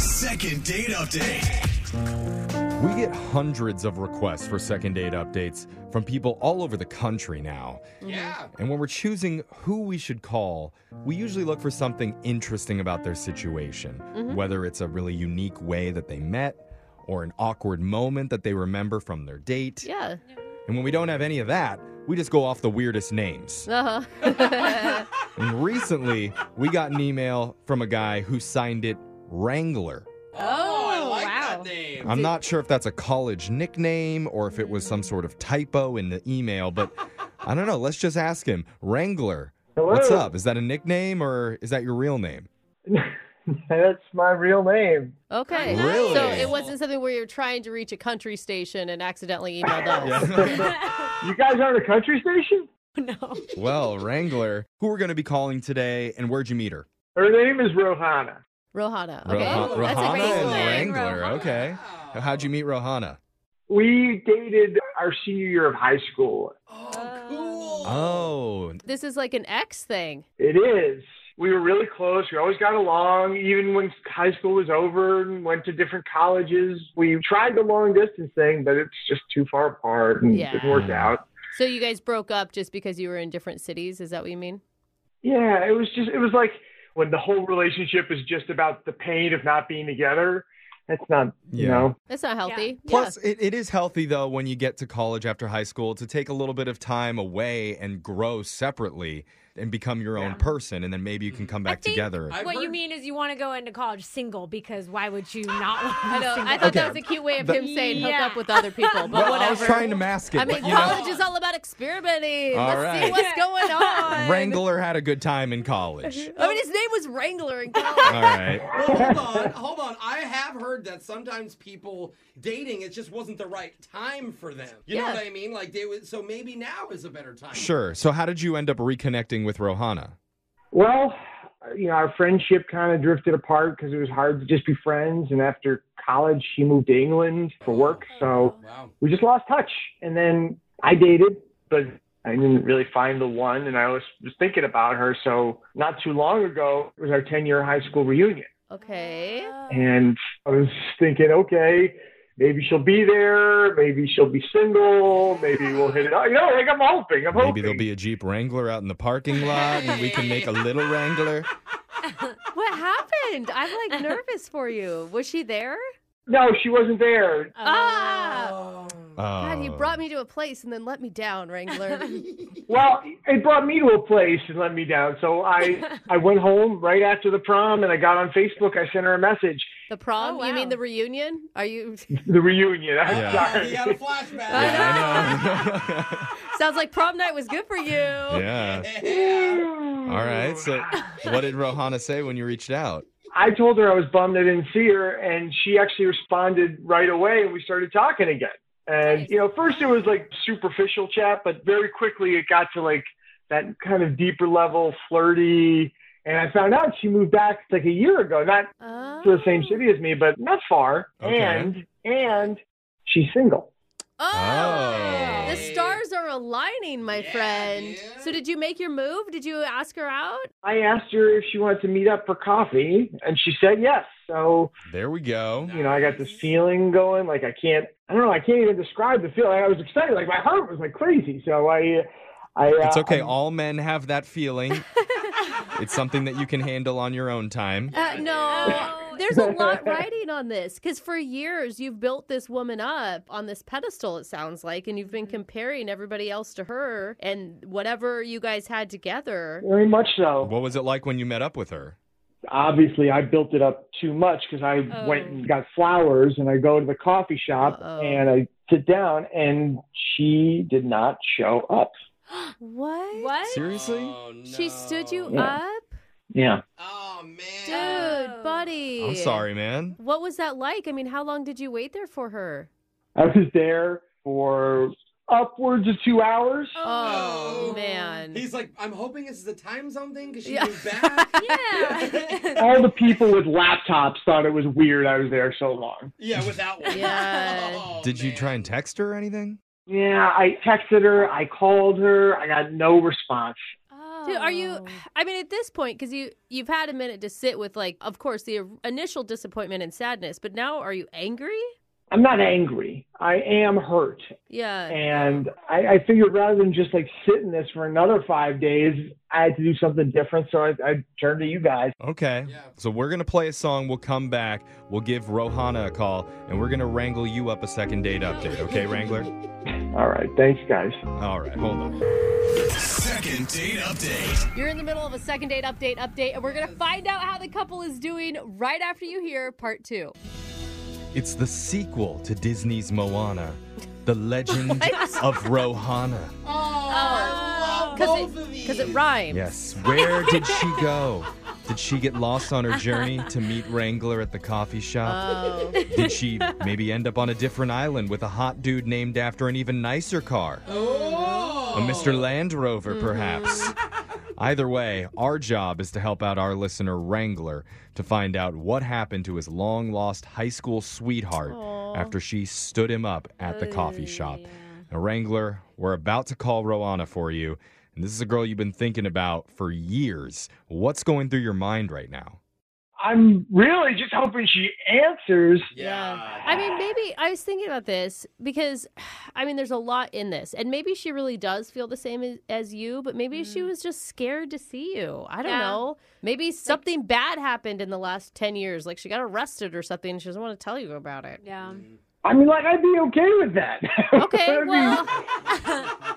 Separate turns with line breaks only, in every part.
Second date update.
We get hundreds of requests for second date updates from people all over the country now.
Yeah.
And when we're choosing who we should call, we usually look for something interesting about their situation, whether it's a really unique way that they met or an awkward moment that they remember from their date.
Yeah.
And when we don't have any of that, we just go off the weirdest names.
Uh huh.
And recently, we got an email from a guy who signed it Wrangler.
Oh, I like that wow.
name.
I'm not sure if that's a college nickname or if it was some sort of typo in the email, but I don't know. Let's just ask him. Wrangler,
Hello.
what's up? Is that a nickname or is that your real name?
That's my real name.
okay.
Really?
So it wasn't something where you're trying to reach a country station and accidentally emailed us.
You guys aren't a country station?
well, Wrangler, who we're going to be calling today and where'd you meet her?
Her name is Rohana.
Rohana. Okay.
Roha-
That's a
Rohana
great
and
one.
Wrangler. Okay. How'd you meet Rohana?
We dated our senior year of high school.
Oh, cool.
Oh,
This is like an X thing.
It is. We were really close. We always got along, even when high school was over and went to different colleges. We tried the long distance thing, but it's just too far apart and
Yeah.
it didn't work out.
So you guys broke up just because you were in different cities? Is that what you mean?
Yeah, it was just, it was like when the whole relationship is just about the pain of not being together. That's not, you
Yeah.
know,
That's not healthy. Yeah.
Plus, it, it is healthy though when you get to college after high school to take a little bit of time away and grow separately and become your own person, and then maybe you can come back
think
together.
I've
what you
heard-
mean is you want to go into college single because why would you not want to
I know. I thought that was a cute way of
Okay.
him saying hook
Yeah.
up with other people, but
Well,
whatever.
I was trying to mask it.
I mean,
but, you know,
college is all about experimenting.
All
Let's see
right.
what's going on.
Wrangler had a good time in college.
I mean, his name was Wrangler in college.
All right.
Well, hold on, hold on. I have heard that sometimes people dating it just wasn't the right time for them. You
Yeah.
know what I mean? Like they would. So maybe now is a better time.
Sure. So, how did you end up reconnecting with Rohana?
Well, you know, our friendship kind of drifted apart because it was hard to just be friends. And after college, she moved to England for work. So
Wow.
we just lost touch. And then I dated, but I didn't really find the one. And I was, was thinking about her. So not too long ago, it was our 10 year high school reunion.
Okay.
Oh.
And I was thinking, okay, maybe she'll be there. Maybe she'll be single. Maybe we'll hit it out. You know, like I'm hoping. I'm hoping.
Maybe there'll be a Jeep Wrangler out in the parking lot, and we can make a little Wrangler.
What happened? I'm like nervous for you. Was she there?
No, she wasn't there.
Ah!
Oh.
God, you brought me to a place and then let me down, Wrangler.
Well, it brought me to a place and let me down. So I I went home right after the prom and I got on Facebook. I sent her a message.
The prom?
Oh,
You mean
wow.
the reunion? Are you?
The reunion. I'm
Yeah.
Oh,
sorry.
he had a flashback.
Oh. I
Sounds like prom night was good for you.
know. yeah.
Yeah.
All right. So, what did Rohana say when you reached out?
I told her I was bummed I didn't see her, and she actually responded right away, and we started talking again. And you know, first it was like superficial chat, but very quickly it got to like that kind of deeper level, flirty. And I found out she moved back like a year ago, not
Oh.
to the same city as me, but not far.
Okay.
And and she's single.
Oh.
Oh.
The stars are aligning, my
Yeah,
friend.
dude.
So, did you make your move? Did you ask her out?
I asked her if she wanted to meet up for coffee, and she said yes. So,
There we go.
you know, I got this feeling going. Like, I can't, I don't know, I can't even describe the feeling. I was excited. Like, my heart was like crazy. So, I, I, uh,
It's okay. All men have that feeling. it's something that you can handle on your own time.
Uh, no. There's a lot riding on this because for years you've built this woman up on this pedestal, it sounds like, and you've been comparing everybody else to her and whatever you guys had together.
very much so.
What was it like when you met up with her?
Obviously, I built it up too much because I
Oh.
went and got flowers, and I go to the coffee shop,
Uh-oh.
and I sit down, and she did not show up.
What?
What?
Seriously?
Oh, no.
She stood you
Yeah.
up?
Yeah.
Oh
Dude,
man.
Oh.
buddy.
I'm sorry, man.
What was that like? I mean, how long did you wait there for her?
I was there for upwards of two hours.
Oh,
no.
man.
He's like, I'm hoping this is a time zone thing because she
Yeah.
moved back.
Yeah.
all the people with laptops thought it was weird I was there so long.
yeah, without one.
Yeah.
Oh,
Did you
man.
try and text her or anything?
Yeah, I texted her, I called her, I got no response.
oh.
Dude, are you? I mean, at this point, because you you've had a minute to sit with, like, of course, the initial disappointment and sadness, but now are you angry?
I'm not angry. I am hurt.
Yeah.
And I, I figured rather than just like sit in this for another five days, I had to do something different. So I, I turned to you guys.
Okay.
Yeah.
So we're going to play a song. We'll come back. We'll give Rohana a call and we're going to wrangle you up a second date update. Okay, Wrangler?
All right. Thanks, guys.
All right. Hold on.
Second date update.
You're in the middle of a second date update update, and we're going to find out how the couple is doing right after you hear part two.
It's the sequel to Disney's Moana, The Legend of Rohana.
I love
Because
both of
it,
these.
'cause it rhymes.
Yes. Where did she go? Did she get lost on her journey to meet Wrangler at the coffee shop?
Oh.
Did she maybe end up on a different island with a hot dude named after an even nicer car?
Oh.
A Mr. Land Rover, perhaps. Either way, our job is to help out our listener, Wrangler, to find out what happened to his long lost high school sweetheart after she stood him up at the coffee shop. Now, Wrangler, we're about to call Roanna for you. And this is a girl you've been thinking about for years. What's going through your mind right now?
I'm really just hoping she answers.
Yeah.
I mean, maybe I was thinking about this because, I mean, there's a lot in this, and maybe she really does feel the same as, as you, but maybe she
Mm.
was just scared to see you. I don't
Yeah.
know. Maybe something bad happened in the last 10 years. Like she got arrested or something. And she doesn't want to tell you about it.
Yeah.
Mm.
I mean, like, I'd be okay with that.
Okay,
I mean,
well,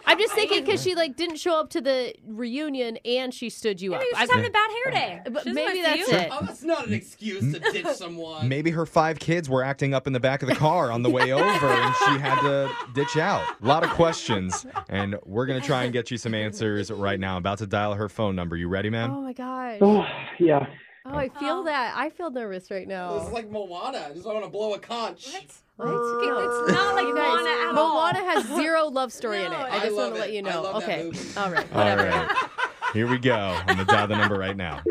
I'm just thinking because she like didn't show up to the reunion and she stood you up.
Maybe she's
I-
having a bad hair day.
but
She doesn't
maybe
wanna see
that's
you.
it.
Oh, that's not an excuse to ditch someone.
Maybe her five kids were acting up in the back of the car on the way over and she had to ditch out. A lot of questions, and we're going to try and get you some answers right now. I'm about to dial her phone number. You ready, ma'am?
Oh my gosh! Oh,
oh, yeah.
I feel that. I feel nervous right
This is
now. Oh.
like Moana. I just want to blow a conch.
It's not like
You guys,
Moana at
Moana
all.
has zero love story in it. I
I
just want
love
to let
it.
you
I
know.
love that
okay.
movie.
All right.
All
Whatever.
right. Here we go. I'm going to dial the number right now.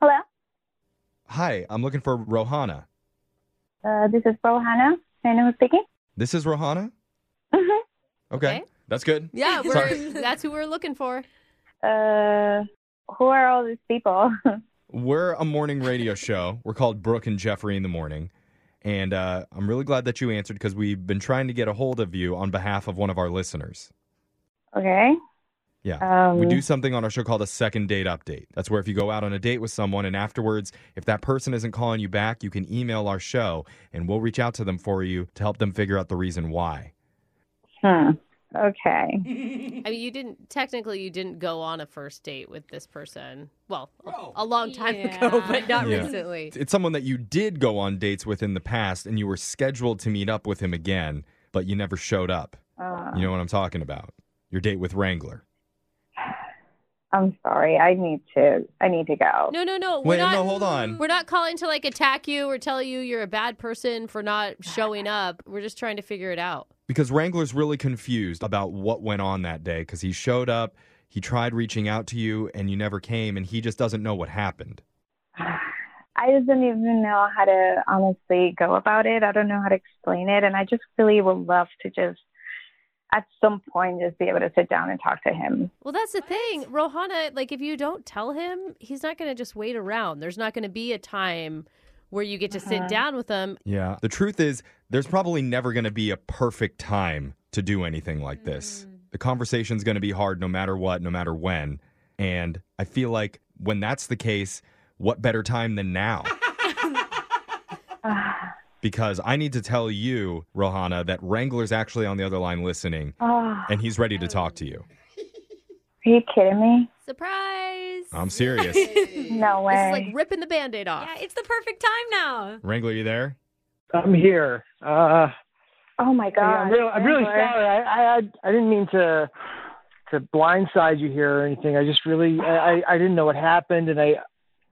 Hello,
Hi, I'm looking for Rohana.
uh, this is Rohana. May I know who's speaking?
This is Rohana?
Mhm.
Okay.
Okay.
That's good.
Yeah, we're,
Sorry.
that's who we're looking for.
Uh, who are all these people?
We're a morning radio show. We're called Brooke and Jeffrey in the Morning. And uh, I'm really glad that you answered because we've been trying to get a hold of you on behalf of one of our listeners.
okay.
Yeah.
Um,
We do something on our show called a second date update. That's where if you go out on a date with someone and afterwards, if that person isn't calling you back, you can email our show and we'll reach out to them for you to help them figure out the reason why.
Hmm. Okay.
I mean, you didn't technically you didn't go on a first date with this person. Well, a-
No.
a long time
Yeah.
ago, but not
Yeah.
recently.
It's someone that you did go on dates with in the past and you were scheduled to meet up with him again, but you never showed up.
Uh,
You know what I'm talking about? Your date with Wrangler.
I'm sorry. I need to. I need to go.
No, no, no. We're
Wait,
not,
no, hold on.
We're not calling to like attack you or tell you you're a bad person for not showing up. We're just trying to figure it out.
because Wrangler's really confused about what went on that day because he showed up, he tried reaching out to you, and you never came, and he just doesn't know what happened.
I just didn't even know how to honestly go about it. I don't know how to explain it, and I just really would love to just, at some point, just be able to sit down and talk to him.
Well, that's the thing, Rohana. Like, if you don't tell him, he's not going to just wait around. There's not going to be a time where you get to
Uh-huh.
sit down with him.
Yeah. The truth is, there's probably never going to be a perfect time to do anything like this. The conversation's going to be hard no matter what, no matter when. And I feel like when that's the case, what better time than now? because I need to tell you, Rohana, that Wrangler's actually on the other line listening,
Oh,
and he's ready to talk to you.
are you kidding me?
Surprise!
I'm serious.
No
this
way.
is like ripping the band-aid off.
Yeah, it's the perfect time now.
Wrangler, you there?
I'm here. Uh,
oh my
Yeah,
god.
I'm really, I'm really
Amber.
sorry. I, I had- I didn't mean to to blindside you here or anything. I just really I, I- I didn't know what happened, and I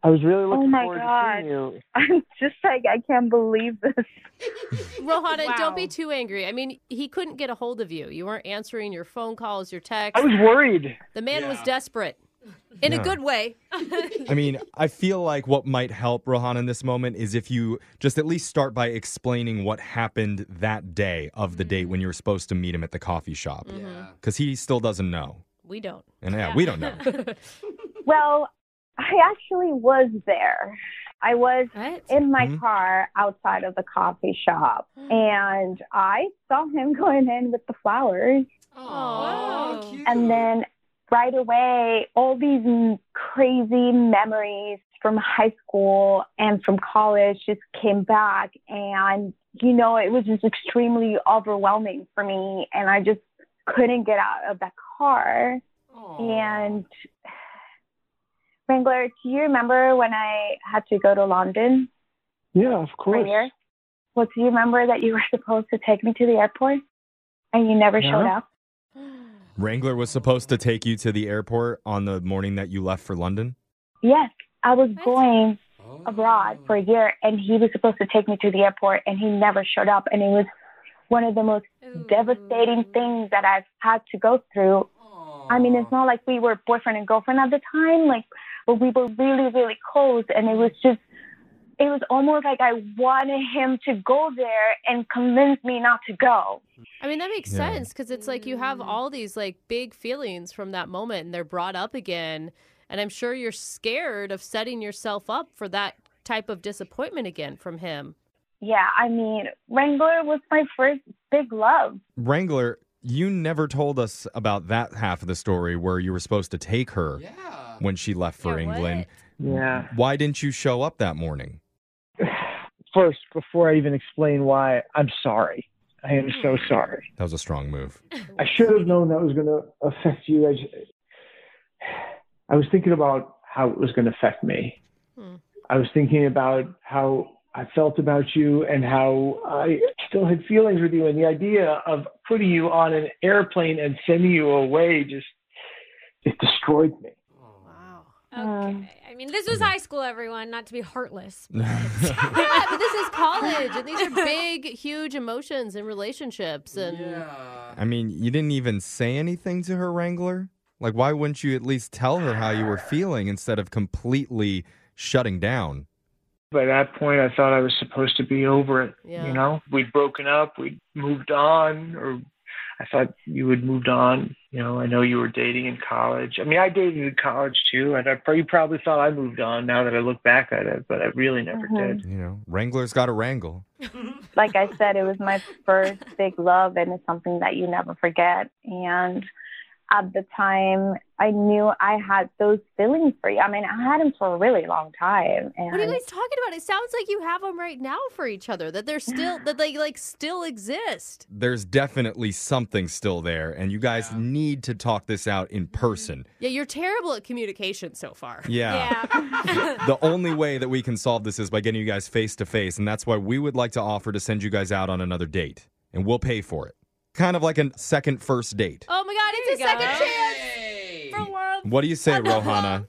I was really looking
Oh my
forward to
God.
seeing you.
I'm just like I can't believe this.
Rohana, don't
Wow.
be too angry. I mean, he couldn't get a hold of you. You weren't answering your phone calls, your
I
texts.
was worried.
The man was
Yeah.
desperate. in
Yeah.
a good way.
I mean, I feel like what might help Rohan in this moment is if you just at least start by explaining what happened that day of the date
Mm-hmm.
when you were supposed to meet him at the coffee
Mm.
shop.
Mm-hmm.
Yeah.
Because he still doesn't know.
We don't.
And yeah, we don't know.
Well, I actually was there. I was
What?
in my
Mhm.
car outside of the coffee shop, and I saw him going in with the flowers.
Aw,
Wow.
cute.
Mm-hmm.
And then right away, all these m- crazy memories from high school and from college just came back. And, you know, it was just extremely overwhelming for me. And I just couldn't get out of that car. And Wrangler, do you remember when I had to go to London
Yeah, of
for a
course.
year? Well, do you remember that you were supposed to take me to the airport and you never showed
Yeah.
up?
Wrangler was supposed to take you to the airport on the morning that you left for London.
Yes, I was
What?
going
Oh.
abroad for a year and he was supposed to take me to the airport and he never showed up and it was one of the most devastating
Mm.
things that I've had to go through.
Aw.
I mean, it's not like we were boyfriend and girlfriend at the time, like, but we were really, really close and it was just, it was almost like I wanted him to go there and convince me not to go.
I mean, that makes
Yeah.
sense because it's like you have
Mm.
all these like big feelings from that moment and they're brought up again. And I'm sure you're scared of setting yourself up for that type of disappointment again from him.
Yeah, I mean, Wrangler was my first big love.
Wrangler, you never told us about that half of the story where you were supposed to take her
Yeah.
when she left for
Yeah, what?
England.
Yeah.
Why didn't you show up that morning?
First, before I even explain why, I'm sorry. I am so
Hmm.
sorry.
That was a strong move.
I should have known that was going to affect you. I, just, I was thinking about how it was going to affect me.
Hmm.
I was thinking about how I felt about you and how I still had feelings with you. And the idea of putting you on an airplane and sending you away just, it destroyed me.
Wow.
Okay. I mean, this was high school, everyone. Not to be heartless.
Yeah, but this is college and these are big, huge emotions and relationships. And
Yeah.
I mean, you didn't even say anything to her, Wrangler. Like, why wouldn't you at least tell her how you were feeling instead of completely shutting down?
by that point I thought I was supposed to be over it.
Yeah.
You know, we'd broken up, we'd moved on, or I thought you had moved on. You know, I know you were dating in college. I mean, I dated in college too, and I pro- you probably thought I moved on now that I look back at it, but I really never
Mhm.
did.
You know, Wrangler's got to wrangle.
like I said, it was my first big love, and it's something that you never forget. And at the time, I knew I had those feelings for you. I mean, I had them for a really long time, and
what are you guys talking about? It sounds like you have them right now for each other, that they're still, that they like still exist.
There's definitely something still there, and you guys need to talk this out in person.
Yeah, you're terrible at communication so far.
Mm-hmm. Yeah.
Yeah.
The only way that we can solve this is by getting you guys face to face, and that's why we would like to offer to send you guys out on another date, and we'll pay for it. Kind of like a second first date.
Oh my God, it's a
There you go.
second chance
Hey.
for love.
What do you say,
Another
Rohana?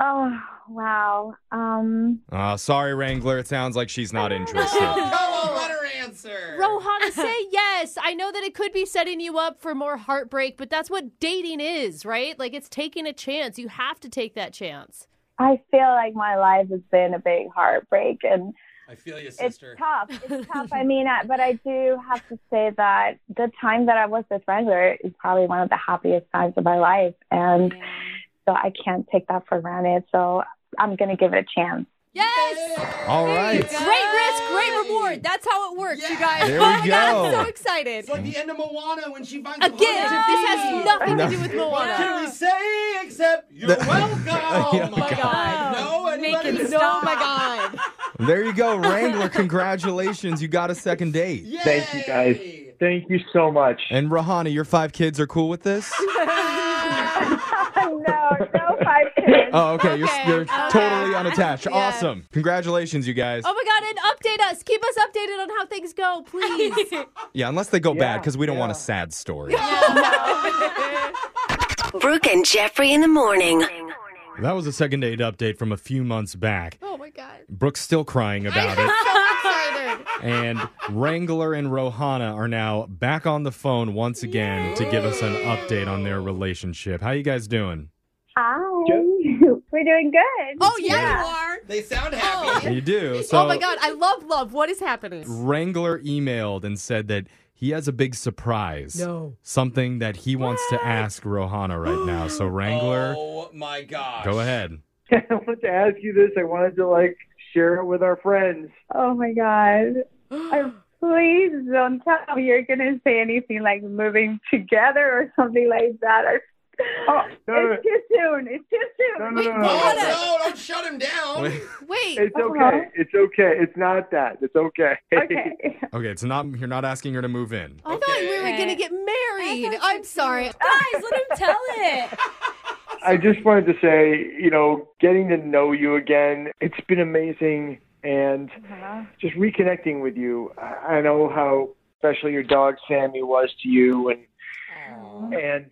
oh wow, um,
Uh, sorry, Wrangler. It sounds like she's not interested.
Oh,
Come on, let her answer.
Rohana, say yes. I know that it could be setting you up for more heartbreak, but that's what dating is, right? Like it's taking a chance. You have to take that chance.
I feel like my life has been a big heartbreak, and
I feel you,
it's
sister.
tough. It's tough. I mean, I, but I do have to say that the time that I was with Wrangler is probably one of the happiest times of my life, and so I can't take that for granted. So I'm gonna give it a chance.
Yes!
All right.
Great risk, great reward. That's how it works, you guys.
There
oh
we
my God, I'm
go.
so excited.
It's like the end of Moana when she finds
Again, this has nothing to do with
What can
Moana.
we say except you're welcome? Oh
my
God.
No,
Make
anybody
it
knows?
Oh my God.
There you go, Wrangler. Congratulations. You got a second date.
Yay.
Thank you, guys. Thank you so much.
And Rahana, your five kids are cool with this?
Oh,
no, no five kids.
Oh, okay. You're,
Okay,
you're
okay.
totally unattached.
Yeah.
Awesome. Congratulations, you guys.
Oh my God, and update us. Keep us updated on how things go, please.
Yeah, unless they go
Yeah,
bad because we don't want a
yeah.
sad story.
Brooke and Jeffrey in the morning.
That was a second date update from a few months back.
oh my God.
Brooke's still crying about it. And Wrangler and Rohana are now back on the phone once again to give us an update on their relationship. How you guys doing?
Hi.
Ju-
We're doing good.
Oh, yeah, you are.
They sound
Oh.
happy.
You do. So
oh my god, I love love. What is happening?
Wrangler emailed and said that he has a big surprise. No. Something that he wants to ask Rohana right now. So Wrangler,
Oh my gosh.
go ahead.
I wanted to ask you this. I wanted to like share it with our friends.
Oh my god. I, please don't tell me you're gonna say anything like moving together or something like that. Or,
Oh, no, no,
it's too soon. It's too soon.
no, no, no,
Wait,
no, no,
Oh,
no.
what?
no, don't shut him down.
Wait.
Wait,
It's okay. It's okay. It's not that. It's okay.
Okay.
Okay, it's not you're not asking her to move in.
I thought we were
Okay.
gonna get married. I'm sorry.
Guys, let him tell it.
I just wanted to say, you know, getting to know you again, it's been amazing. And just reconnecting with you. I I know how special your dog Sammy was to you, and and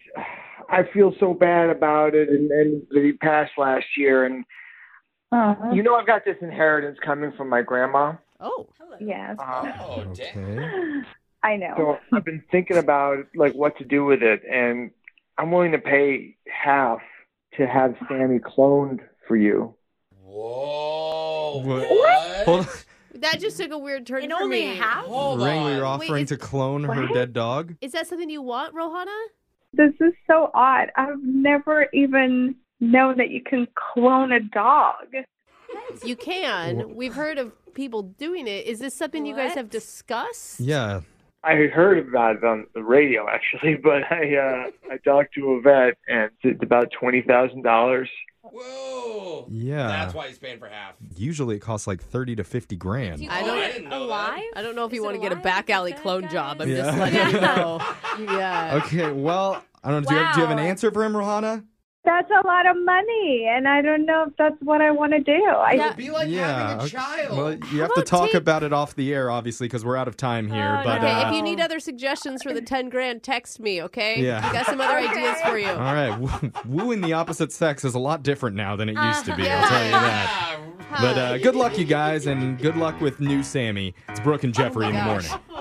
I feel so bad about it, and, and that he passed last year. And
Uh,
you know, I've got this inheritance coming from my grandma.
Oh,
yes,
Um,
Oh, damn.
Okay.
I know.
So I've been thinking about like what to do with it, and I'm willing to pay half to have Sammy cloned for you.
Whoa.
What?
What?
Hold
that just took a weird turn
And
for
only
me.
half?
on.
Hold
Wrangler, you're
on.
offering
Wait,
to
it's-
clone her
What?
dead dog?
Is that something you want, Rohana?
This is so odd. I've never even known that you can clone a dog.
You can. We've heard of people doing it. Is this something you guys
What?
have discussed?
Yeah.
I had heard about it on the radio actually, but I uh, I talked to a vet, and it's about twenty thousand dollars.
Whoa.
Yeah.
That's why he's paying for half.
Usually it costs like 30 to 50 grand.
You
I
want
don't-
it
I didn't know that.
alive.
I don't know if
Is
you
it
want to get a
alive?
back alley
Bad
clone
guys?
job. I'm
Yeah.
just letting you know. Yeah.
Okay, well, I don't know. Do, you have, do you have an
Wow.
answer for him, Rohana?
That's a lot of money, and I don't know if that's what I want to do. I
It'll be like having a
okay.
child.
Well, you have to
about
talk
take-
about it off the air, obviously, because we're out of time here.
Oh,
but
Okay,
uh,
if you need other suggestions for the 10 grand, text me, okay?
Yeah.
We got some other ideas for you.
all right, woo- wooing the opposite sex is a lot different now than it used to be. I'll
Uh-huh.
tell you that.
Yeah.
But uh, good luck, you guys, and good luck with new Sammy. It's Brooke and Jeffrey in the morning.